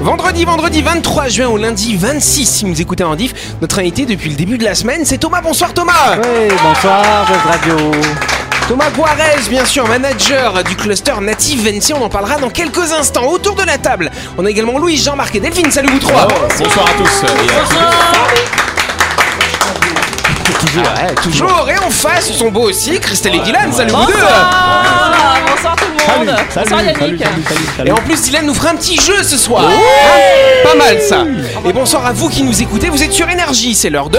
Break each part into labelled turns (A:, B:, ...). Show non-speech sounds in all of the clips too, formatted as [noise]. A: Vendredi, vendredi 23 juin au lundi 26, si vous écoutez en diff, notre invité depuis le début de la semaine, c'est Thomas. Bonsoir Thomas
B: Oui, bonsoir, Buzz Radio.
A: Thomas Guarez, bien sûr, manager du cluster Native NC, on en parlera dans quelques instants. Autour de la table, on a également Louis, Jean-Marc et Delphine, salut vous trois
B: Ah
C: Bonsoir à tous.
B: Toujours, ouais, toujours.
A: Bonjour, et en face, ils sont beaux aussi, Christelle et Dylan, salut vous deux
D: Ah,
E: Bonsoir Bonsoir tout le monde Bonsoir Yannick
A: Et en plus, Dylan nous fera un petit jeu ce soir Hein Pas mal ça Et bonsoir à vous qui nous écoutez, vous êtes sur Énergie, c'est l'heure de...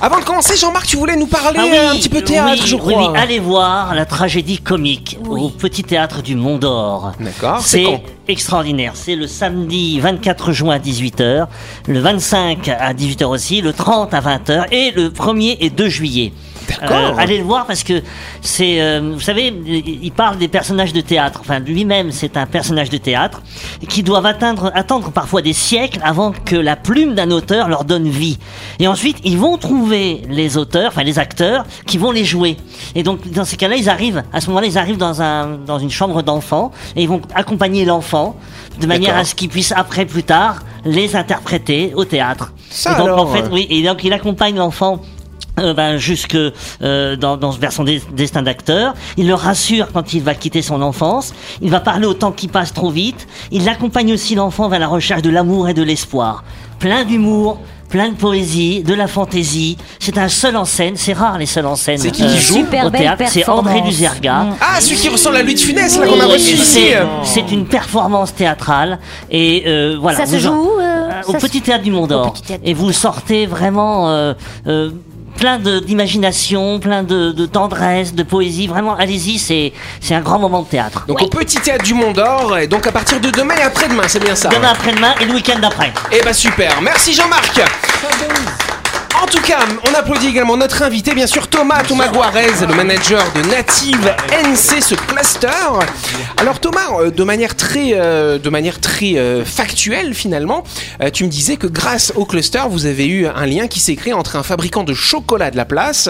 A: Avant de commencer, Jean-Marc, tu voulais nous parler
F: Ah oui,
A: un petit peu théâtre,
F: oui,
A: je
F: oui,
A: crois.
F: oui, allez voir la tragédie comique au Petit Théâtre du Mont d'Or.
A: D'accord, Oh, c'est
F: C'est
A: quand
F: extraordinaire. C'est le samedi 24 juin à 18h, le 25 à 18h aussi, le 30 à 20h et le 1er et 2 juillet. Euh,
A: D'accord.
F: allez le voir parce que c'est, euh, vous savez, il il parle des personnages de théâtre. Enfin, lui-même, c'est un personnage de théâtre qui doivent atteindre, attendre parfois des siècles avant que la plume d'un auteur leur donne vie. Et ensuite, ils vont trouver les auteurs, enfin les acteurs, qui vont les jouer. Et donc, dans ces cas-là, ils arrivent. À ce moment-là, ils arrivent dans un, dans une chambre d'enfant et ils vont accompagner l'enfant de manière
A: D'accord.
F: à ce qu'il puisse après, plus tard, les interpréter au théâtre.
A: Ça
F: Et donc,
A: alors,
F: en fait,
A: euh.
F: oui, et donc il accompagne l'enfant. euh, ben, jusque euh, dans, dans, vers son des- destin d'acteur. Il le rassure quand il va quitter son enfance. Il va parler au temps qui passe trop vite. Il accompagne aussi l'enfant vers la recherche de l'amour et de l'espoir. Plein d'humour, plein de poésie, de la fantaisie. C'est un seul en scène. C'est rare les seuls en scène. euh,
A: C'est qui qui joue
E: Super
F: au
E: belle
F: théâtre C'est André
E: performance. Mm.
F: Luzerga.
A: Ah, celui qui ressemble à Louis de Funès, là, qu'on a
F: Et
A: reçu euh, ici
F: c'est- C'est une performance théâtrale et euh, voilà.
E: Ça se
F: vous en-
E: joue euh,
F: euh,
E: ça
F: au
E: se-
F: Petit Théâtre du Mont
E: Au
F: d'Or.
E: Petit Théâtre.
F: Et vous sortez vraiment euh, euh, plein de- d'imagination, plein de, de tendresse, de poésie. Vraiment, allez-y, c'est c'est un grand moment de théâtre.
A: Donc au Petit Théâtre du Mont d'Or, et donc à partir de demain et après-demain, c'est bien ça
F: Demain après-demain et le week-end d'après.
A: Eh ben super, merci Jean-Marc en tout cas, on applaudit également notre invité, bien sûr Thomas, Thomas Guarez, le manager de Native NC, ce cluster. Alors Thomas, euh, de manière très, euh, de manière très euh, factuelle finalement, euh, tu me disais que grâce au cluster, vous avez eu un lien qui s'est créé entre un fabricant de chocolat de la place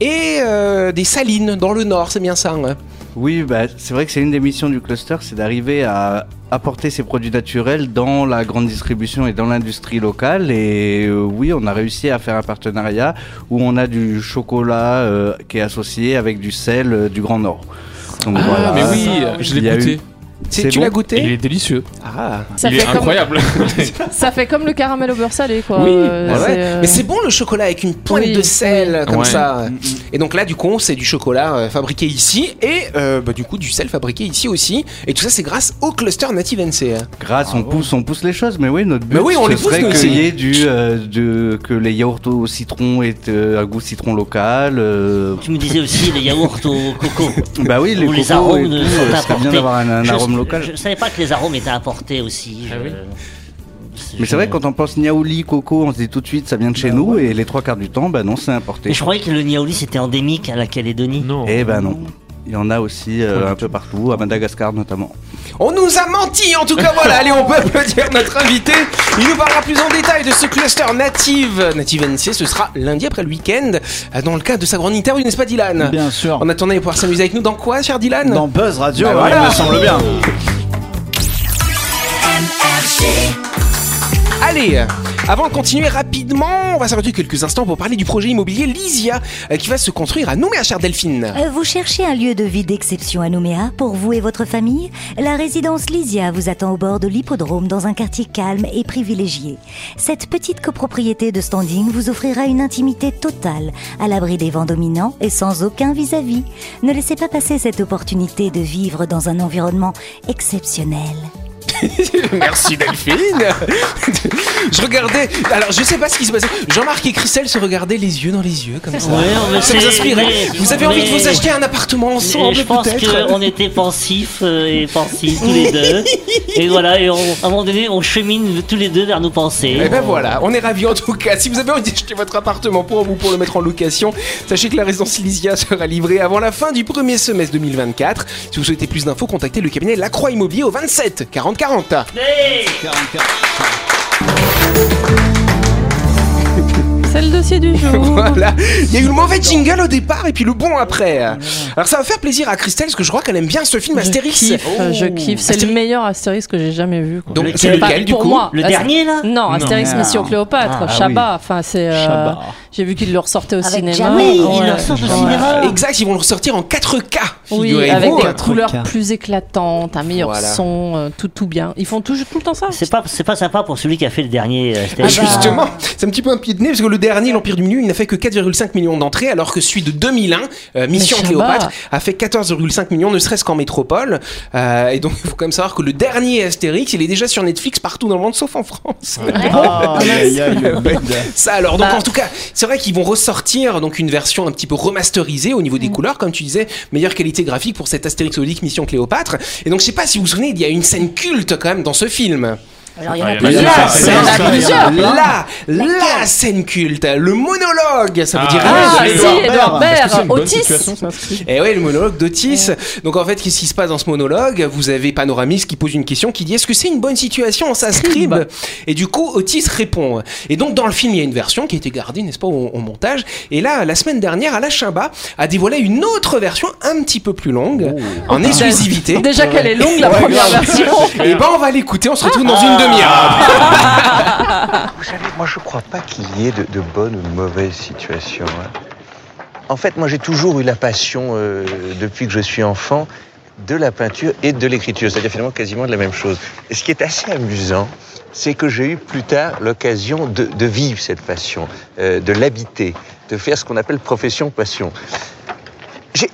A: et euh, des salines dans le nord, c'est bien ça hein
B: Oui, bah, c'est vrai que c'est une des missions du cluster, c'est d'arriver à apporter ces produits naturels dans la grande distribution et dans l'industrie locale. Et euh, oui, on a réussi à faire un partenariat où on a du chocolat euh, qui est associé avec du sel euh, du Grand Nord. Donc,
A: Ah,
G: Ah,
B: voilà.
C: mais oui, je
B: Il y a
C: l'ai
B: eu-
C: goûté.
A: Tu-
B: C'est
A: Tu
B: bon.
A: l'as
C: Et il
A: goûté
C: est délicieux.
A: Ah,
D: Ça
C: il est
D: fait, comme,
C: incroyable.
D: ça fait comme le caramel au beurre salé, quoi.
C: Oui,
D: Euh,
A: Ah ouais.
D: c'est, euh,
A: Mais c'est bon le chocolat avec une pointe
D: Oui,
A: de sel comme
C: Ouais.
A: ça. Et donc là, du coup, c'est du chocolat euh, fabriqué ici et euh, bah, du coup du sel fabriqué ici aussi. Et tout ça, c'est grâce au cluster Native NC. hein.
B: Grâce, on pousse, on pousse les choses, mais oui, notre but,
A: Mais oui, on
B: ce
A: les pousse,
B: serait
A: nous,
B: que,
A: ici.
B: y ait du, euh, de- que les yaourts au citron aient euh, un goût citron local. euh,
F: Tu me disais aussi les yaourts au coco.
B: [laughs] bah oui, les,
F: Où les
B: cocos et
F: arômes
B: tout,
F: ne
B: euh,
F: sont
B: ce serait
F: apportés.
B: bien d'avoir un, un
F: Je-
B: arôme local.
F: Je savais pas que les arômes étaient importés aussi.
C: Ah
F: Je-
C: oui.
F: je-
B: Mais c'est vrai, quand on pense niaouli, coco, on se dit tout de suite ça vient de
H: Bah
B: chez nous, et les trois quarts du temps, bah non, c'est importé.
F: Mais je croyais que le niaouli c'était endémique à la Calédonie.
G: [laughs]
C: Non.
B: Eh ben non. Il y en a aussi euh, un peu partout, à Madagascar notamment.
A: On nous a menti, en tout cas voilà. Allez, on peut applaudir notre invité. Il nous parlera plus en détail de ce cluster Native Native NC. Ce sera lundi après le week-end euh, dans le cadre de sa grande interview, n'est-ce pas, Dylan
I: Bien sûr.
A: En attendant, il va pouvoir s'amuser avec nous dans quoi, cher Dylan
I: Dans Buzz Radio,
A: Bah
I: ouais,
A: voilà.
I: il me semble bien.
A: Allez, euh, avant de continuer rapidement, on va s'arrêter quelques instants pour parler du projet immobilier Lysia euh, qui va se construire à Nouméa, chère Delphine.
J: Euh, Vous cherchez un lieu de vie d'exception à Nouméa pour vous et votre famille La résidence Lysia vous attend au bord de l'hippodrome dans un quartier calme et privilégié. Cette petite copropriété de standing vous offrira une intimité totale, à l'abri des vents dominants et sans aucun vis-à-vis. Ne laissez pas passer cette opportunité de vivre dans un environnement exceptionnel.
A: Merci Delphine. [laughs] je regardais. Alors je sais pas ce qui se passait. Jean-Marc et Christelle se regardaient les yeux dans les yeux comme ça.
F: Ouais, mais
A: ça vous
F: c'est-
A: inspirait.
F: mais-
A: Vous avez envie de
F: mais-
A: vous acheter un appartement
F: Et
A: ensemble
F: je pense
A: peut-être.
F: qu'on était pensifs euh, et pensifs tous les deux. Et voilà, et on- à un moment donné, on chemine tous les deux vers nos pensées.
A: Et ben voilà, on est ravis en tout cas. Si vous avez envie d'acheter votre appartement pour vous, pour le mettre en location, sachez que la résidence Lysia sera livrée avant la fin du premier semestre 2024. Si vous souhaitez plus d'infos, contactez le cabinet Lacroix Immobilier au 27 40 40.
F: Hey
D: C'est le dossier du jour.
A: Voilà, il y a eu le mauvais jingle au départ et puis le bon après. Alors ça va faire plaisir à Christelle parce que je crois qu'elle aime bien ce film Astérix.
D: Je kiffe,
A: Oh.
D: je kiffe. C'est le
A: Astérix.
D: meilleur Astérix que j'ai jamais vu. quoi.
A: Donc
F: Lequel
A: c'est
D: Enfin,
A: lequel du
D: pour
A: coup
D: moi,
F: Le
D: Ast-
F: dernier là
D: Ah, Non, Astérix
B: Non.
D: Mission Cléopâtre,
B: Ah, ah
D: Chabat. Enfin, c'est. euh,
B: Chabat.
D: J'ai vu qu'il le ressortait au
J: Avec
D: cinéma.
J: Jamal.
F: Oui,
D: Ouais.
F: il ressort au
D: Ouais.
F: cinéma.
A: Exact, ils vont le ressortir en 4K.
D: Oui,
A: figurez-vous.
D: avec des
A: Hein.
D: couleurs plus éclatantes, un meilleur
A: Voilà.
D: son, euh, tout, tout bien. Ils font tout, tout le temps ça
F: C'est pas, c'est pas sympa pour celui qui a fait le dernier. euh,
A: Et
F: Stéphane.
A: Ah, Justement, c'est un petit peu un pied de nez parce que le dernier, l'Empire du Milieu, il n'a fait que 4,5 millions d'entrées, alors que celui de 2001, euh, Mission
D: Mais ça
A: Cléopâtre,
D: va.
A: a fait 14,5 millions, ne serait-ce qu'en métropole. Euh, et donc, il faut quand même savoir que le dernier Astérix, il est déjà sur Netflix partout dans le monde, sauf en France.
C: Oh,
A: Ah,
C: Aïe, aïe, aïe, le bug.
A: Ça alors, donc
D: Bah.
A: en tout cas, c'est vrai qu'ils vont ressortir donc une version un petit peu remasterisée au
D: Mm.
A: niveau des couleurs, comme tu disais, meilleure qualité graphique pour cet Astérix Obélix Mission Cléopâtre. Et donc, je sais pas si vous vous souvenez, il y a une scène culte quand même dans ce film.
J: Alors, il y
G: Ah,
J: en a
C: Il y en a
J: plusieurs.
C: plusieurs.
A: scène-
C: Il y en a
K: hein.
C: plusieurs.
A: la, la scène culte, le monologue, ça vous
C: Ah,
A: dirait
C: Edouard
D: Ah, si,
C: Baird.
D: Edouard Baird,
C: Est-ce que c'est une bonne
D: Otis.
C: situation, ça, ce truc
A: Et Eh ouais, le monologue d'Otis. Donc en fait, qu'est-ce qui se passe dans ce monologue Vous avez Panoramis qui pose une question qui dit est-ce que c'est une bonne situation ça scribe Et du coup, Otis répond. Et donc dans le film, il y a une version qui a été gardée, n'est-ce pas, au, au montage. Et là, la semaine dernière, Alain Chabat a dévoilé une autre version un petit peu plus longue, en exclusivité.
D: Déjà qu'elle est longue, la première version.
A: Et ben on va l'écouter, on se retrouve dans une demi-heure.
I: Vous savez, moi je crois pas qu'il y ait de, de bonnes ou de mauvaises situations. hein. En fait, moi j'ai toujours eu la passion, euh, depuis que je suis enfant, de la peinture et de l'écriture, c'est-à-dire finalement quasiment de la même chose. Et ce qui est assez amusant, c'est que j'ai eu plus tard l'occasion de, de vivre cette passion, euh, de l'habiter, de faire ce qu'on appelle profession-passion. J'ai-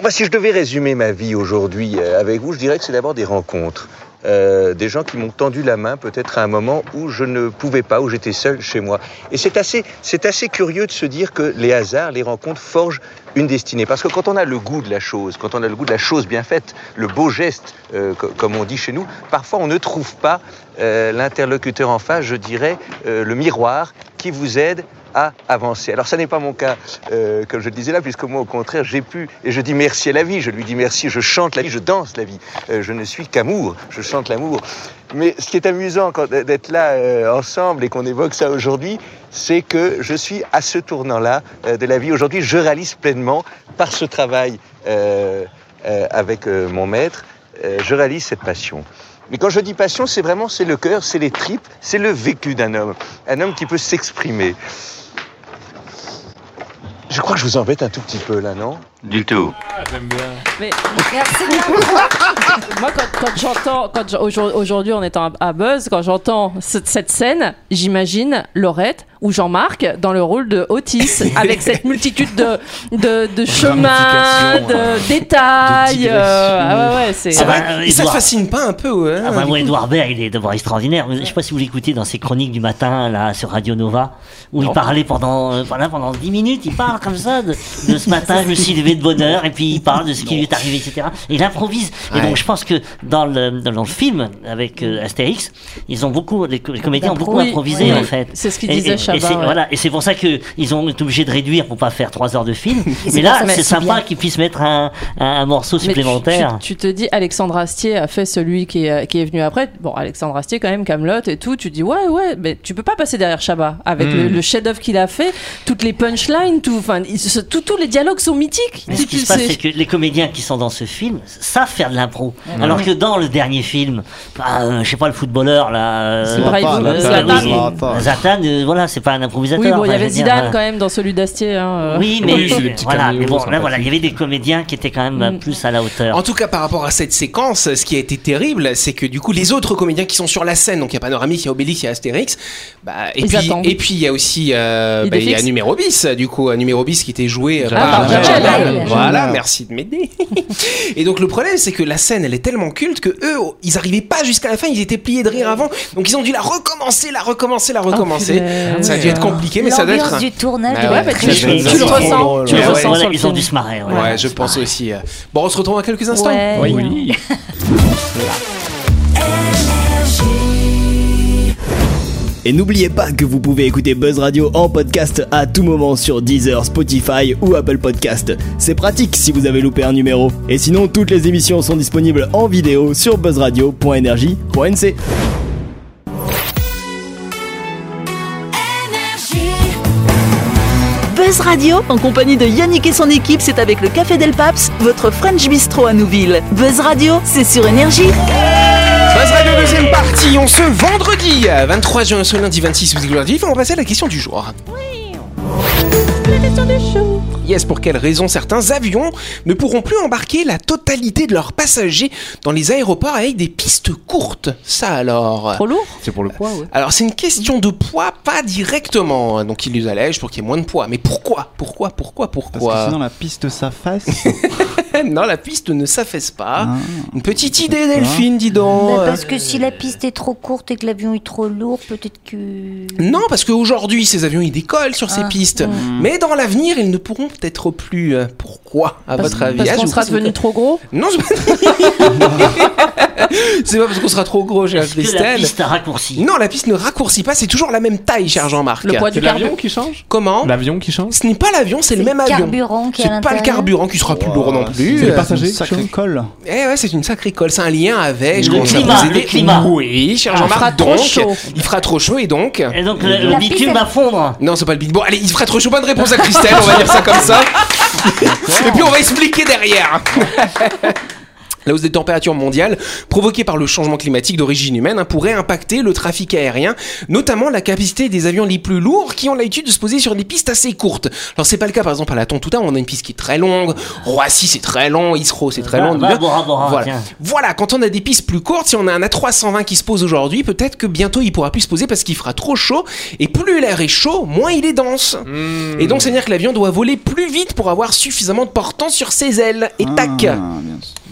I: Moi, si je devais résumer ma vie aujourd'hui euh, avec vous, je dirais que c'est d'abord des rencontres. Euh, des gens qui m'ont tendu la main peut-être à un moment où je ne pouvais pas, où j'étais seul chez moi. Et c'est assez, c'est assez curieux de se dire que les hasards, les rencontres forgent une destinée. Parce que quand on a le goût de la chose, quand on a le goût de la chose bien faite, le beau geste, euh, co- comme on dit chez nous, parfois on ne trouve pas euh, l'interlocuteur en face, je dirais, euh, le miroir qui vous aide à avancer. Alors ça n'est pas mon cas, euh, comme je le disais là, puisque moi au contraire j'ai pu, et je dis merci à la vie, je lui dis merci, je chante la vie, je danse la vie, Euh, je ne suis qu'amour, je chante l'amour. Mais ce qui est amusant quand- d'être là euh, ensemble et qu'on évoque ça aujourd'hui, c'est que je suis à ce tournant-là euh, de la vie. Aujourd'hui, je réalise pleinement par ce travail euh, euh, avec euh, mon maître, euh, je réalise cette passion. Mais quand je dis passion, c'est vraiment c'est le cœur, c'est les tripes, c'est le vécu d'un homme, un homme qui peut s'exprimer. Je crois que je vous embête un tout petit peu là, non
J: Du tout.
D: [laughs] Moi, quand, quand j'entends, quand j'en- aujourd- aujourd'hui en étant à à Buzz, quand j'entends cette, cette scène, j'imagine Laurette ou Jean-Marc dans le rôle de Otis, avec cette multitude de, de, de chemins,
C: Ramifications, euh,
D: de détails.
C: de
D: euh, ah ouais, ouais, c'est.
F: Ah bah,
A: Et ça te
F: Edouard.
A: fascine pas un peu hein,
F: Ah bah, moi, Edouard Baird, il est d'abord extraordinaire. Je sais pas si vous l'écoutez dans ses chroniques du matin, là, sur Radio Nova, où il parlait pendant, euh, voilà, pendant 10 minutes, il parle comme ça, de, de ce matin, je me suis levé de bonne heure, et puis il parle de ce qui lui est arrivé, etc. Et il improvise. Et donc, je pense que dans le, dans le film, avec euh, Astérix, ils ont beaucoup, les, co- les comédiens ont beaucoup
D: Oui,
F: improvisé,
D: oui.
F: en fait.
D: C'est ce qu'il
F: Et-
D: disait
F: et- et
D: Chabat,
F: c'est-
D: ouais.
F: Voilà, et c'est pour ça que ils ont été obligés de réduire pour pas faire 3 heures de
D: [laughs]
F: film.
J: c'est
F: Mais
J: pour
F: là,
J: ça que
F: c'est
J: c'est bien.
F: sympa qu'ils puissent mettre un, un, un morceau
D: Mais tu-
F: supplémentaire.
D: Tu, tu te dis, Alexandre Astier a fait celui qui est, qui est venu après. Bon, Alexandre Astier, quand même, Camelot et tout. Tu dis, ouais, ouais, mais tu peux pas passer derrière Chabat avec
F: Hmm.
D: le, le chef-d'œuvre qu'il a fait, toutes les punchlines, tout. Enfin, il- ce- tout- tous les dialogues sont mythiques.
F: Mais
D: Tu-
F: ce qui
D: tu
F: se passe,
D: sais-
F: c'est que les comédiens qui sont dans ce film savent faire de l'impro. Alors que dans le dernier film, bah, euh, je sais pas, le footballeur, là. euh,
D: C'est Braille-
C: Zlatan,
F: Zlatan,
D: euh, Zlatan.
C: Zlatan. Zlatan.
F: Zlatan, euh, voilà, c'est pas un improvisateur.
D: Oui, bon, il y
F: enfin, je
D: avait
F: veux dire,
D: Zidane
F: euh,
D: quand même dans celui d'Astier. hein, euh.
F: Oui, mais
C: Oui, c'est des petits
F: voilà,
C: caméos
F: mais bon, là,
C: sympathiques.
F: voilà, il y avait des comédiens qui étaient quand même
D: Mm.
F: euh, plus à la hauteur.
A: En tout cas, par rapport à cette séquence, ce qui a été terrible, c'est que du coup, les autres comédiens qui sont sur la scène, donc il y a Panoramix, il y a Obélix, il y a Astérix, bah, et,
D: Ils
A: puis,
D: attendent.
A: et puis il y a aussi euh,
D: Il
A: bah, il y a
D: défixe.
A: numéro bis, du coup, un numéro bis qui était joué euh,
D: Ah,
A: par
D: par Jamal.
A: Jamal. Voilà, merci de m'aider. [laughs] Et donc le problème, c'est que la scène, elle est tellement culte que eux, ils arrivaient pas jusqu'à la fin, ils étaient pliés de rire avant, donc ils ont dû la recommencer, la recommencer, la recommencer.
D: punaise.
A: ça a dû être compliqué, mais ça doit être.
J: L'ambiance du tournage
A: Ah
J: doit
A: ouais,
J: être
A: bah,
J: très
A: tu-
J: chouette.
A: tu le ressens.
F: Voilà,
A: Tu le ressens
F: voilà,
D: sur le
F: Ils ont
D: film.
F: dû se marrer. ouais.
A: Ouais, je pense aussi. euh. Bon, on se retrouve dans quelques instants.
D: Ouais.
C: Oui. Et n'oubliez pas que vous pouvez écouter Buzz Radio en podcast à tout moment sur Deezer, Spotify ou Apple Podcast. C'est pratique si vous avez loupé un numéro. Et sinon, toutes les émissions sont disponibles en vidéo sur buzzradio.energie.nc.
L: Buzz Radio, en compagnie de Yannick et son équipe, c'est avec le Café Del Paps, votre French Bistro à Nouville. Buzz Radio, c'est sur Énergie.
A: Buzz Radio, deuxième partie, on se vendredi euh, 23 juin, ce lundi 26, vous êtes lundi, on va passer à la question du jour. Yes, pour quelle raison certains avions ne pourront plus embarquer la totalité de leurs passagers dans les aéroports avec des pistes courtes Ça alors
D: Trop lourd
B: C'est pour le poids, ouais.
A: alors c'est une question de poids, pas directement. Donc ils les allègent pour qu'il y ait moins de poids. Mais pourquoi Pourquoi Pourquoi
H: Parce
A: Pourquoi
H: que sinon la piste s'affaisse.
A: [laughs] Non, la piste ne s'affaisse pas.
H: Ah.
A: Une petite idée, Delphine, dis donc.
J: Bah, parce que si la piste est trop courte et que l'avion est trop lourd, peut-être que.
A: Non, parce qu'aujourd'hui, ces avions, ils décollent sur ces pistes. Mais dans l'avenir, ils ne pourront peut-être plus. Euh, Pourquoi, à votre avis
D: Parce
A: Ah, je
D: qu'on
A: vous
D: sera
A: pose une
D: devenu trop gros
A: que- Non, je... c'est pas parce qu'on sera trop gros, cher
F: Est-ce que la
A: Christelle.
F: piste a raccourci
A: Non, la piste ne raccourcit pas, c'est toujours la même taille, cher Jean-Marc.
D: Le poids du
K: C'est
D: carburant
K: l'avion qui change
G: Oh.
A: Comment
K: L'avion qui change
A: Ce n'est pas l'avion, c'est le même avion.
J: carburant qui est
A: C'est
J: à
A: pas le
J: l'intérieur.
A: carburant qui sera plus lourd non plus.
K: c'est les
A: Euh,
K: passagers. Passager,
H: Sacré
K: chose.
H: colle.
A: Eh ouais, c'est une sacrée colle. C'est un lien avec. je
F: Le
A: commence à
F: climat,
A: vous
F: le
A: aider.
F: climat.
A: Oui, cher
D: il fera
A: Jean-Marc.
D: trop
A: Donc,
D: chaud.
A: il fera trop chaud et donc.
F: Et donc le, le
J: La piste,
F: bitume
J: elle-
F: va fondre.
A: Non, c'est pas le Big Bon, allez, il fera trop chaud. Bonne réponse à Christelle, on va dire ça comme ça. Et puis on va expliquer derrière. [laughs] La hausse des températures mondiales, provoquée par le changement climatique d'origine humaine, hein, pourrait impacter le trafic aérien, notamment la capacité des avions les plus lourds qui ont l'habitude de se poser sur des pistes assez courtes. Alors c'est pas le cas par exemple à la Tontouta, on a une piste qui est très longue, Roissy c'est très long, Isro c'est très
F: Va-
A: long.
F: va à
A: Nougat.
F: Bah, Bora Bora,
A: voilà.
F: tiens.
A: voilà, quand on a des pistes plus courtes, si on a un A320 qui se pose aujourd'hui, peut-être que bientôt il pourra plus se poser parce qu'il fera trop chaud, et plus l'air est chaud, moins il est dense. Et donc, c'est-à-dire que l'avion doit voler plus vite pour avoir suffisamment de portance sur ses ailes. Et tac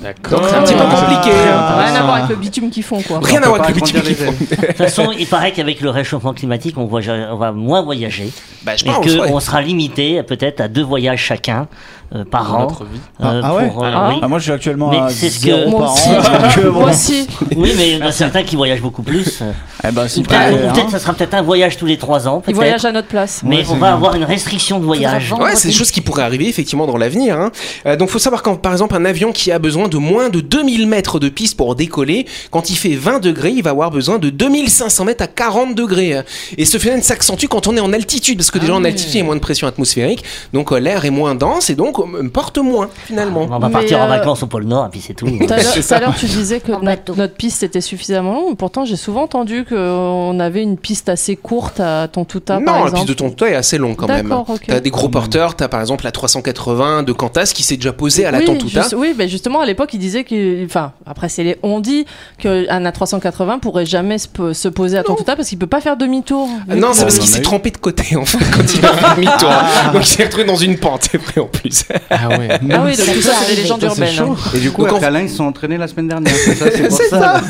K: Hmm.
H: Ah, bien sûr.
A: Donc, c'est un petit peu compliqué.
H: Ah.
D: Rien à voir avec le bitume qu'ils font, quoi.
A: Rien à
B: On
A: voir
B: peut
A: avec le
B: pas agrandir
A: bitume.
B: les ailes.
F: De toute façon, il paraît qu'avec le réchauffement climatique, on, voyage- on va moins voyager
A: Bah, je
F: et
A: pense, ouais.
F: qu'on sera limité peut-être à deux voyages chacun euh, par an. euh,
H: Ah, ah ouais
F: pour, euh,
D: Ah.
F: oui.
H: Ah, moi je suis actuellement
F: Mais
H: à
F: c'est ce que-
H: zéro
D: Moi
H: par
F: [laughs]
D: aussi.
H: an. Donc, euh, bon.
D: Moi aussi.
F: Oui, mais il y en a certains qui voyagent beaucoup plus. Euh,
H: Eh ben, si
F: Ou peut-être,
H: pareil,
F: ou peut-être
H: hein.
F: ça sera peut-être un voyage tous les trois ans,
D: Ils
F: peut-être.
D: voyagent à notre place.
F: Mais
H: Ouais,
F: on
H: c'est-
F: va avoir une restriction de voyage.
J: Faudra
A: Ouais, c'est des choses qui pourraient arriver effectivement dans l'avenir. Hein. Euh, donc, faut savoir quand, par exemple, un avion qui a besoin de moins de 2000 mètres de piste pour décoller, quand il fait 20 degrés, il va avoir besoin de 2500 mètres à 40 degrés. hein. Et ce phénomène s'accentue quand on est en altitude, parce que
D: Ah
A: déjà en altitude, il y a moins de pression atmosphérique, donc euh, l'air est moins dense et donc euh, porte moins finalement.
F: On va
D: Mais,
F: partir en
D: euh,
F: vacances au pôle Nord, et puis c'est tout.
D: Tout à l'heure-
A: [laughs] C'est
D: tout
A: ça.
D: à l'heure, tu disais que
J: En
D: notre,
J: bateau.
D: notre piste était suffisamment longue. Pourtant, j'ai souvent entendu qu'on avait une piste assez courte à Tontouta, par
A: Non,
D: exemple.
A: la piste de ton est assez long quand même. hein.
D: D'accord, ok.
A: T'as des gros porteurs, t'as par exemple la 380 de Cantas qui s'est déjà posée à la
D: oui,
A: Tontouta.
D: juste- oui, mais justement, à l'époque, ils disaient que. Enfin, après, c'est les. On dit qu'un A380 pourrait jamais se, po- se poser à Tontouta parce qu'il peut pas faire demi-tour.
A: Ah Non, c'est
H: Bon,
A: parce
H: il
A: qu'il
H: en a
A: s'est
H: eu. Ah.
A: trempé de côté en fait quand il a
H: [laughs]
A: fait demi-tour. Donc il s'est retrouvé dans une pente après en plus. [laughs]
K: Ah ouais.
D: Ah oui, donc
J: Ça
D: tout ça, c'est
J: arrive.
D: des légendes
H: Ça, c'est
D: urbaines.
H: chaud.
D: hein.
B: Et du coup,
A: Donc,
B: après,
A: en-
B: là, ils se sont entraînés la semaine dernière. C'est ça, c'est pour
A: C'est
B: ça.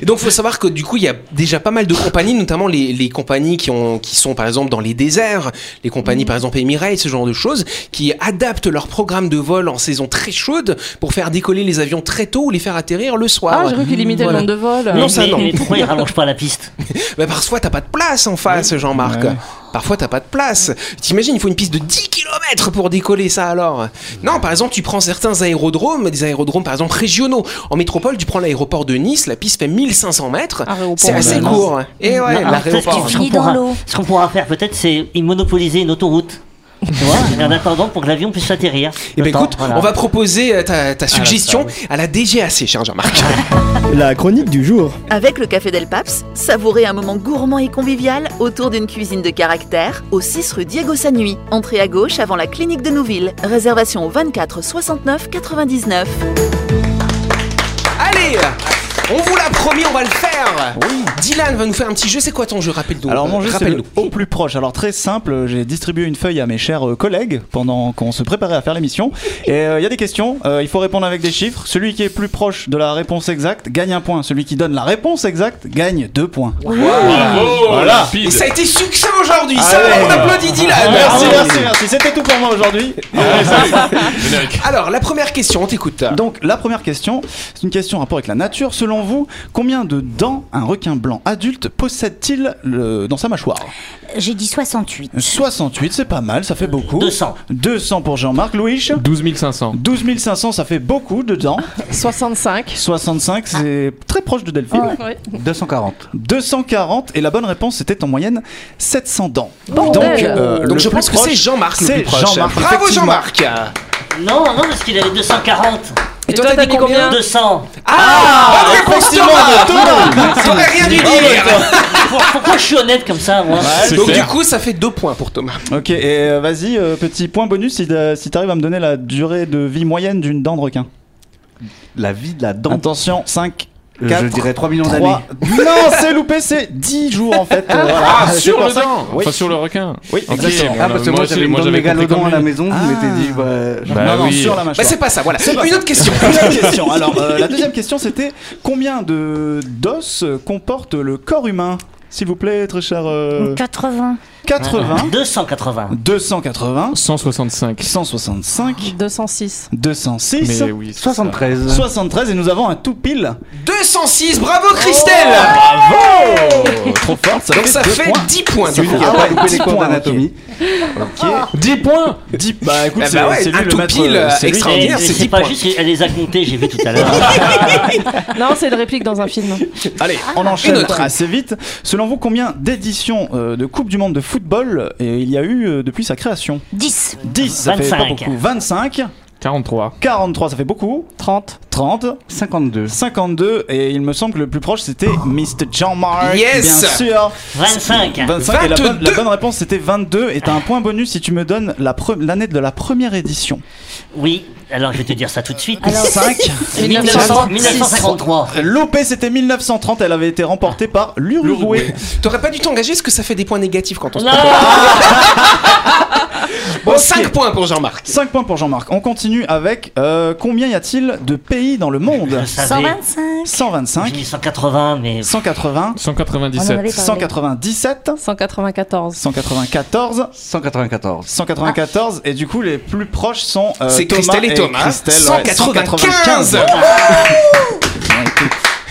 A: Et donc, faut savoir que du coup, il y a déjà pas mal de compagnies, notamment les, les compagnies qui, ont, qui sont par exemple dans les déserts, les compagnies
H: Mm.
A: par exemple Emirates, ce genre de choses, qui adaptent leur programme de vol en saison très chaude pour faire décoller les avions très tôt ou les faire atterrir le soir.
D: Ah, j'ai cru qu'il limitait
A: Voilà.
D: le nombre de vols.
F: Mais,
A: Non, ça,
F: mais-
A: non.
F: mais pourquoi ils rallongent pas la piste
A: Bah, parfois t'as pas de place en face, Jean-Marc.
H: Ouais.
A: Parfois t'as pas de place. T'imagines, il faut une piste de 10 km pour décoller ça alors. Non, par exemple, tu prends certains aérodromes, des aérodromes par exemple régionaux. En métropole, tu prends l'aéroport de Nice, la piste fait 1500 mètres.
D: Aéroport
A: C'est
D: de
A: assez
D: Nice.
A: court. Et ouais,
F: Non, peut-être
A: l'aéroport.
F: qu'il-
J: Fini dans l'eau.
F: ce qu'on pourra faire peut-être, c'est y monopoliser une autoroute. Tu vois mais En attendant pour que l'avion puisse atterrir.
A: Eh
F: Le
A: ben
F: temps,
A: écoute,
F: voilà.
A: on va proposer euh, ta,
K: Ah,
A: ta suggestion à la DGAC, cher Jean-Marc.
H: La chronique du jour.
L: Avec le Café Del Paps, savourez un moment gourmand et convivial autour d'une cuisine de caractère au 6 rue Diego Sanui. Entrée à gauche avant la clinique de Nouville. Réservation au 24 69 99.
K: Ah.
A: Allez On vous l'a promis, on va le faire. Dylan va nous faire un petit jeu. C'est quoi ton jeu Rappelle-nous.
K: Alors mon
A: Euh,
K: jeu c'est le
A: rappelle-nous.
K: au plus proche. Alors très simple, j'ai distribué une feuille à mes chers euh, collègues pendant qu'on se préparait à faire l'émission. Et euh, il y a des questions, euh, il faut répondre avec des chiffres. Celui qui est plus proche de la réponse exacte gagne un point. Celui qui donne la réponse exacte gagne deux points. Voilà.
A: Et ça a été succinct aujourd'hui. Ça,
K: Allez.
A: on applaudit Dylan.
K: Eh ben,
D: Ah
K: Merci, merci, merci. C'était tout pour moi aujourd'hui.
A: Alors la première question, on t'écoute.
K: Donc la première question, c'est une question en rapport avec la nature. Selon vous, combien de dents un requin blanc adulte possède-t-il le- dans sa mâchoire
J: J'ai dit 68.
K: 68, c'est pas mal, ça fait beaucoup.
F: 200.
K: 200 pour Jean-Marc. Louis
G: 12 500.
K: 12 500, ça fait beaucoup de dents.
D: 65.
K: 65, c'est très proche de Delphine.
D: Ah Ouais.
B: 240.
K: 240, et la bonne réponse c'était en moyenne 700 dents. euh,
D: Bordel.
K: le
A: Donc je
K: plus
A: pense que
K: proche,
A: c'est Jean-Marc le
K: c'est
A: plus proche.
K: Jean-Marc,
A: Bravo
K: effectivement.
A: Jean-Marc.
F: Non, non, parce qu'il avait 240.
A: Et toi t'as dit combien
F: 200.
A: Ah, bonne réponse
K: Compliment
A: Thomas.
K: de
A: [laughs]
K: Thomas.
A: T'aurais rien dû dire.
J: hein.
F: [laughs] Pour- Pourquoi je suis honnête comme ça, moi
G: C'est
A: Donc
G: clair.
A: du coup ça fait deux points pour Thomas.
K: Ok, et euh, vas-y, euh, petit point bonus si, euh, si t'arrives à me donner la durée de vie moyenne d'une dent de requin.
B: La vie de la dent.
K: Attention, 5,
B: Euh,
K: 4,
B: je dirais 3 millions
K: Non,
B: d'années.
K: c'est loupé, c'est 10 jours
B: [laughs]
K: en fait. euh, voilà.
G: Ah,
K: C'est
G: sur
K: pour
G: le
K: ça que-
G: dent
K: Oui.
G: Enfin, sur le requin
K: Oui,
G: Ok,
K: exactement. Ah.
G: on
B: Ah,
G: a-
B: parce que moi, j'avais
G: moi,
B: une dent de
G: j'avais compris
B: mégalodon
G: comme
B: à la
G: lui.
B: maison, je m'étais dit, bah, je-
G: Bah
K: non, non,
G: oui.
K: sur la mâchoire.
A: Bah c'est pas ça. Voilà.
K: pas
A: Une autre [laughs] question.
K: Deuxième question. Alors, euh, la deuxième question, c'était combien de d'os comporte le corps humain S'il vous plaît, très cher. euh,
J: 80.
K: 80,
F: 280.
K: 280,
G: 165.
K: 165,
D: 206.
K: 206,
G: Mais oui, c'est ça.
B: 73.
K: 73, et nous avons un tout pile.
A: 206. Bravo Christelle.
K: Bravo [laughs] Trop fort, ça
A: Donc
K: fait
A: ça
K: deux
A: Oh. fait
K: points.
A: 10 points.
K: C'est
A: du coup.
K: une-
B: Ah
K: Ah ouais,
B: ouais, couper les
K: 10
B: cours
K: points,
B: d'anatomie.
K: Ok. 10 points 10 Ah. Bah écoute,
A: Ah bah
K: c'est
A: ouais,
K: c'est
A: un
K: lui le
A: tout
K: maître.
A: pile,
K: euh, c'est lui.
A: extraordinaire.
F: Et
A: c'est
F: Eh, c'est
A: 10
F: pas
A: points.
F: juste qu'elle les a comptés, j'ai vu tout à l'heure.
A: [laughs]
D: Non, c'est une réplique dans un film.
K: Allez, on enchaîne
A: Une autre.
K: assez vite. Selon vous, combien d'éditions euh, de Coupe du Monde de football euh, il y a eu euh, depuis sa création
J: 10.
K: 10, ça fait pas
F: 25.
K: beaucoup. 25,
G: 43.
K: 43, ça fait beaucoup.
D: 30.
K: 30,
B: 52.
K: 52, et il me semble que le plus proche c'était Mr. Jean-Marc.
A: Yes.
K: Bien sûr
F: 25.
K: 25, et la bonne,
A: 22.
K: la bonne réponse c'était 22, et t'as un point bonus si tu me donnes la pre- l'année de la première édition.
F: Oui, alors je vais te dire ça tout de suite.
K: 5,
F: 1900 1953.
K: L'OP c'était 1930, elle avait été remportée par l'Uruguay.
A: T'aurais pas dû t'engager parce que ça fait des points négatifs quand on se
F: Non.
A: prépare. [laughs] Bon,
K: Ok.
A: 5 points pour Jean-Marc.
K: 5 points pour Jean-Marc. On continue avec euh, combien y a-t-il de pays dans le monde
F: Je savais.
J: 125.
K: 125,
F: J'ai dit 180, mais
K: 180,
J: On en
G: 197.
J: avait parlé.
K: 197,
D: 194.
A: [laughs]
K: 194,
B: 194.
K: 194 et du coup les plus proches sont euh,
A: C'est
K: Thomas
A: Christelle et Thomas.
K: Christelle, ouais,
A: 195.
K: 195. Ouais,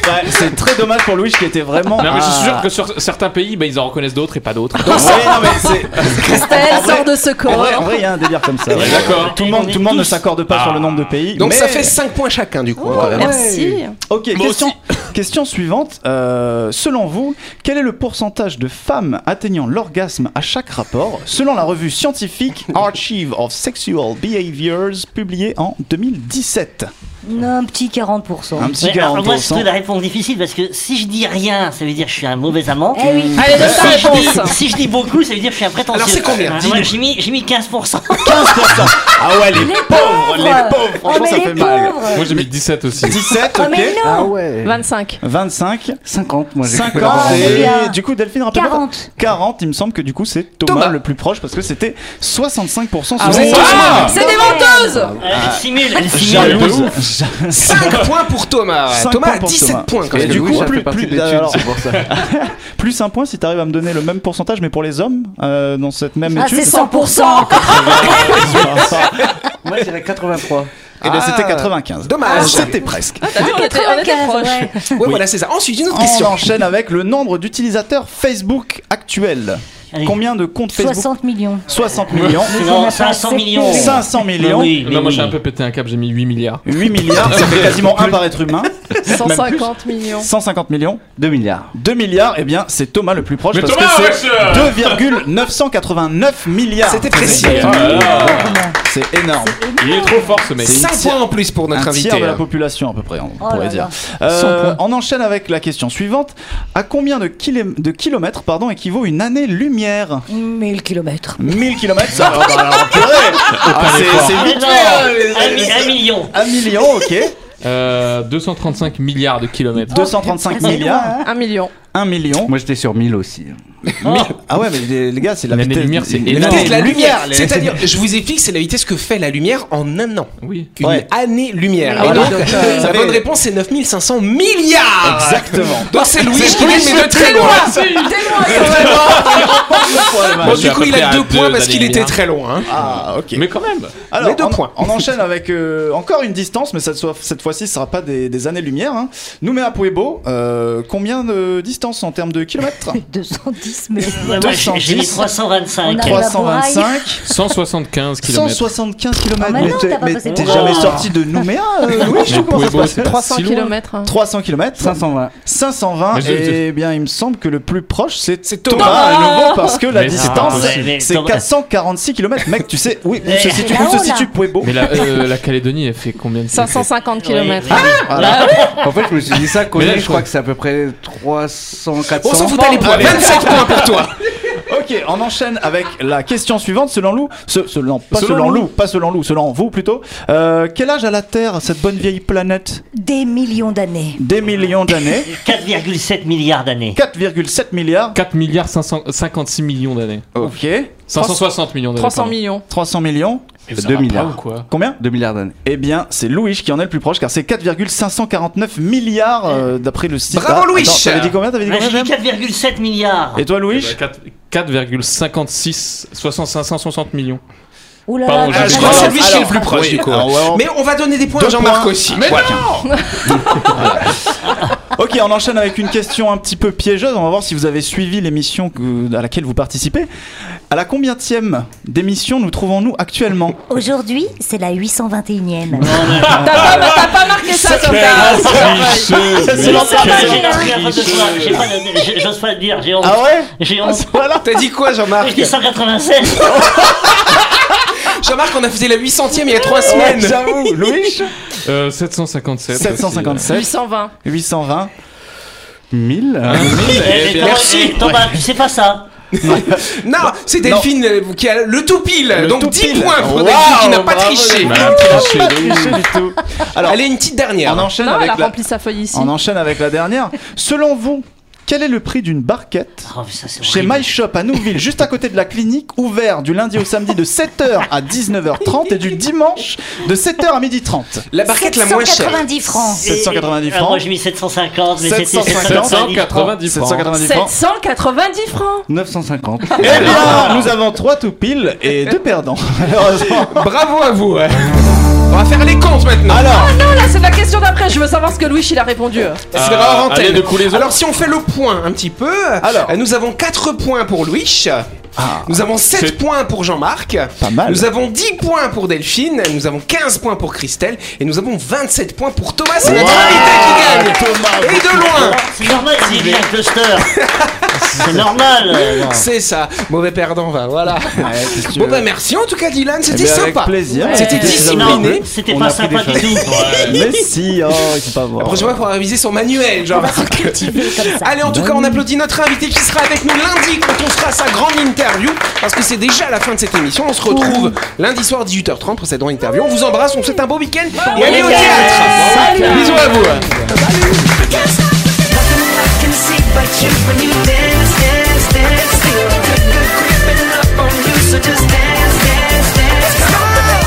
K: bah, C'est très dommage pour Louis qui était vraiment.
G: Non, mais je suis
K: à-
G: sûr que sur certains pays, bah, ils en reconnaissent d'autres et pas d'autres.
K: Ouais, non, mais c'est-
D: Christelle sort de ce
K: En vrai, en
D: corps.
K: vrai, il y a un délire comme ça. ouais.
G: D'accord.
K: Tout le monde, tout le monde ne s'accorde pas
G: Ah.
K: sur le nombre de pays.
A: Donc
K: mais-
A: ça fait 5 points chacun du coup. hein,
D: Merci.
K: Ok, question, [laughs] question suivante. Euh, selon vous, quel est le pourcentage de femmes atteignant l'orgasme à chaque rapport selon la revue scientifique Archive of Sexual Behaviors publiée en 2017
J: Un petit 40%.
K: Un petit
F: Ouais, alors, ah, moi, je
K: 40%.
F: trouve la réponse difficile parce que si je dis rien, ça veut dire que je suis un mauvais amant. Euh,
J: Eh oui.
D: Allez, donne ta
F: Si je, dis,
D: réponse.
F: si je dis beaucoup, ça veut dire que je suis un prétentieux.
A: Alors, c'est combien
F: Ouais,
A: Dis-nous.
F: J'ai mis, j'ai mis 15%.
K: Ah ouais, les, pauvres, les pauvres,
J: Oh,
K: franchement,
J: mais
K: ça
J: les
K: fait mal.
G: [laughs]
J: pauvres.
G: Moi j'ai mis 17 aussi.
K: 17,
J: Oh, mais
K: ok.
J: non.
B: Ah ouais.
D: 25.
K: 25,
B: 50, moi j'ai coupé
K: 50
B: la
J: Oh,
B: parole.
J: c'est
K: et
J: bien.
K: du coup Delphine rappelle
J: 40.
K: 40 il me semble que du coup c'est Thomas,
A: Thomas.
K: le plus proche parce que c'était 65%
D: Ah
K: sur
D: ouais.
K: les autres.
D: C'est des menteuses
A: Ah.
F: Elle simule, elle simule.
K: Jalouse.
A: 5 points pour Thomas.
K: Cinq
A: Thomas
K: points
A: a
K: pour
A: 17
K: Thomas.
A: points quand
B: Et
A: même.
K: du
B: du
K: coup,
B: coup, ça
K: plus-
B: fait partie
K: plus-
B: de l'étude,
K: alors-
B: c'est
K: [laughs]
B: pour ça.
K: Plus un point si t'arrives à me donner le même pourcentage, mais pour les hommes, euh, dans cette même
J: Ah,
K: étude.
J: c'est 100%.
K: [laughs]
B: Moi, je dirais 83.
K: Et bien, Eh ben, c'était
A: Ah.
K: 95.
A: Dommage.
K: C'était presque.
D: T'as vu, on était, on était
J: 95,
D: proches.
J: ouais.
A: Ah, Ouais, voilà, c'est ça. Ensuite, une autre
K: On
A: question.
K: enchaîne avec le nombre d'utilisateurs Facebook actuels.
F: Allez.
K: Combien de comptes Facebook
J: 60 millions.
K: 60 millions.
F: Non, 500 millions.
K: 500 millions.
F: Oui, mais
G: Non, moi j'ai
F: oui.
G: un peu pété un câble, j'ai mis 8 milliards.
K: [laughs] 8 milliards, ça fait quasiment un par être humain.
D: 150 millions.
K: 150 millions.
B: 2 milliards.
K: 2 milliards, et bien c'est Thomas le plus proche
G: Mais
K: parce
G: Thomas,
K: que
G: wesh euh.
K: c'est 2,989 milliards.
A: C'était précis.
K: C'est énorme.
G: Ah là là.
K: C'est énorme.
G: Il est trop fort ce mec.
K: C'est-
A: 5
K: une
A: points en plus pour notre
K: un
A: invité. euh.
K: tiers de la population à peu près, on
J: Oh
K: pourrait
J: là
K: dire.
J: là.
K: Euh,
D: 100
K: on enchaîne avec la question suivante. À combien de, kilom- de kilomètres pardon, équivaut une année-lumière
J: 1000 km.
K: 1000 kilomètres ça
G: [laughs]
K: va, bah, alors, purée. Ah, c'est- C'est
F: Ah,
K: vite
F: non,
K: fait, hein,
F: un,
K: les-
F: mi- un million.
K: Un million, ok.
G: Euh, 235 milliards de kilomètres.
K: 235 milliards.
D: Un million.
K: 1 million.
B: Moi j'étais sur 1000
K: [laughs]
B: aussi.
K: Ah ouais, mais les, les gars, c'est la
G: L'année
K: vitesse.
G: lumière, c'est
K: les-
A: La
G: énorme.
K: les-
A: vitesse de la
K: les-
A: lumière,
K: les-
A: c'est-à-dire, je vous explique, c'est la vitesse que fait la lumière en un an.
G: Oui.
A: Une
K: Ouais.
A: année-lumière. Et
K: Voilà.
A: donc,
K: Donc, euh,
A: la
K: ça fait-
A: bonne réponse, c'est 9500 milliards
K: [laughs] Exactement.
A: Donc c'est Louis
K: C'est
A: qui gagne, mais de très loin Bon,
G: suis
A: du
G: à
A: coup,
G: peu
A: il
G: près
A: a
G: à
A: deux
G: deux
A: points parce qu'il
G: années-lumière.
A: était très loin. hein.
K: Ah, ok.
G: Mais quand même
K: Alors,
A: Mais deux
K: on,
A: points.
K: on enchaîne avec euh, encore une distance, mais cette, soit- cette fois-ci, ce sera pas des, des années-lumière. Hein. Nouméa Puebo, euh, combien de distance en termes de [laughs] kilomètres
J: 210, mais.
F: Ouais, moi, j'ai- J'ai mis
K: 210.
J: On
F: 325.
J: a-
K: 325,
G: 175 km.
K: 175 km.
J: Ah, mais non, t'as pas
K: mais
J: passé
K: t'es
J: par
K: jamais
J: là.
K: sorti de Nouméa,
J: [laughs]
K: euh, Louis, je sais
G: Mais
K: pas comment ça
G: Puebo,
K: se passe. [laughs]
G: c'est pas
D: 300
G: si loin.
D: km.
K: 300 km
B: 520.
K: 520
G: Mais je-
K: et eh bien il me semble que le plus proche c'est
A: C'est
K: Thomas,
A: Thomas.
K: à nouveau parce que la
G: Mais c'est pas
K: distance
F: possible. Mais
K: c'est
F: Thomas-
K: 446 km mec tu sais oui où
F: Eh,
K: se situe
J: là-haut,
K: où se
J: là.
K: situe Puebo
G: Mais la, euh, la Calédonie, elle fait combien de
D: 550 km.
F: Oui, oui.
K: Voilà.
B: En fait, je me suis dit ça,
G: Mais là,
B: connu,
G: je
B: je crois
G: crois-
B: que c'est à peu près 300, 400.
A: On s'en fout, t'as les points.
K: Allez.
A: 27 points pour toi.
K: [laughs] Ok, on enchaîne avec la question suivante selon Lou, ce, selon pas selon,
G: Selon
K: Lou,
G: Lou.
K: pas selon Lou, selon vous plutôt. Euh, quel âge a la Terre, cette bonne vieille planète
J: Des millions d'années.
K: Des millions [laughs] d'années,
F: 4,7 milliards d'années.
K: 4,7 milliards.
G: 4 milliards 556 millions d'années.
K: Ok.
G: 560 millions d'années.
D: 300
G: pardon.
D: millions.
K: 300 millions.
G: Mais ça
B: 2
G: va pas
B: milliards.
G: ou quoi
K: Combien
B: 2 milliards d'années.
K: Eh bien, c'est Louis qui en est le plus proche car c'est 4,549 milliards euh, d'après le site.
A: Bravo, Louis
K: Attends, T'avais dit combien T'avais dit
F: Moi,
K: combien
F: J'ai
K: Jem
F: mis 4,7 milliards.
K: Et toi Louis
G: Eh ben, 4 4,56 60 560
B: [laughs]
G: millions.
J: Ouh là
G: Pardon,
J: là,
G: j'ai-
A: Je
J: t'as
A: crois que
J: raison.
A: celui qui est le
K: bah, alors,
A: plus proche, du coup.
K: alors, ouais, on-
A: Mais on va donner des points
K: Deux
A: à Jean-Marc
K: points.
A: aussi.
G: Mais
A: Voilà. [laughs]
K: Ok, on enchaîne avec une question un petit peu piégeuse. On va voir si vous avez suivi l'émission que- à laquelle vous participez. À la combienième d'émission nous trouvons-nous actuellement
J: Aujourd'hui, c'est la 821ème.
D: T'as pas, t'as pas marqué ça comme ça.
K: C'est
F: Mais
K: l'enfer,
F: ça,
K: c'est
F: j'ai la première fois de toi. J'ai pas le- j'ai- J'ose pas le dire, j'ai honte.
K: Ah ouais
F: J'ai
K: Ah,
F: honte.
K: ce point-là
A: T'as dit quoi,
F: Je
A: Jean-Marc
F: dis 196.
A: Jean-Marc, on a fait la 800ème il y a 3
K: Ouais,
A: semaines.
K: J'avoue, Louis
G: Euh, 757.
K: 757,
D: 820.
K: 820.
B: 1000
K: Hein.
F: Eh, Thomas, eh, Thomas, tu sais pas ça.
A: Non, c'est Delphine euh, qui a le tout pile.
K: Le
A: Donc
K: tout
A: 10
K: pile.
A: points pour
K: Waouh,
A: Delphine qui n'a pas
K: bravo,
A: triché.
K: Delphine.
G: Bah, triché de ouf.
K: Triché du tout. Alors,
A: Allez, une petite
K: on
A: dernière.
K: enchaîne
D: Non, elle a
K: avec la... Ah
D: rempli sa feuille ici.
K: On enchaîne avec la dernière. Selon vous, quel est le prix d'une barquette
F: Oh, mais ça, c'est
K: chez
F: horrible.
K: My Shop à Nouville, juste à côté de la clinique, ouvert du lundi au samedi de 7h à 19h30 et du dimanche de 7h à 12h30.
A: La barquette la moins chère.
J: 790 francs.
F: Et-
K: 790
F: ah, Moi,
K: francs.
F: j'ai mis 750, mais c'était
K: 750.
F: 790.
G: 790 francs.
K: 790 francs.
D: 790 francs.
B: 950.
K: Eh bien, nous avons 3 tout pile et 2 perdants. [laughs] Malheureusement.
A: Bravo à vous. ouais. On va faire les comptes maintenant.
K: Alors,
D: Non, là, c'est la question d'après. Je veux savoir ce que Louis il a répondu.
A: C'est
G: Euh,
A: rare antenne.
G: allez, de couler les autres.
A: Alors si on fait le point un petit peu,
K: Alors.
A: euh, nous avons 4 points pour Louis, nous avons 7
G: C'est-
A: points pour Jean-Marc,
K: Pas mal.
A: nous avons 10 points pour Delphine, nous avons 15 points pour Christelle et nous avons 27 points pour Thomas, c'est notre
K: Ah,
A: invité qui gagne Et de loin
F: C'est normal s'il vient un cluster. C'est normal. euh,
K: Ah.
A: C'est ça, mauvais perdant va,
K: [laughs]
A: voilà.
K: qu'est-ce que
A: bon
K: tu
A: bah
K: veux
A: merci en tout cas Dylan, c'était
K: eh bien, avec
A: sympa.
K: plaisir.
A: C'était
K: Écoutez, si ça vous
F: non,
A: discipliné.
K: plaît,
F: C'était
K: on
F: pas
K: a appris
F: sympa
K: des
F: du tout.
K: Mais si, oh, il faut pas voir.
A: La prochaine fois, il faudra réviser son
K: [laughs]
A: manuel, genre.
J: Cultivé comme
K: Ah,
J: ça.
A: Allez, en tout cas, on applaudit notre invité qui sera avec nous lundi quand on fera sa grande interview. Parce que c'est déjà la fin de cette émission. On se retrouve lundi soir 18h30 pour cette grande interview. On vous embrasse, on vous souhaite un beau week-end et allez au théâtre. Bisous à vous.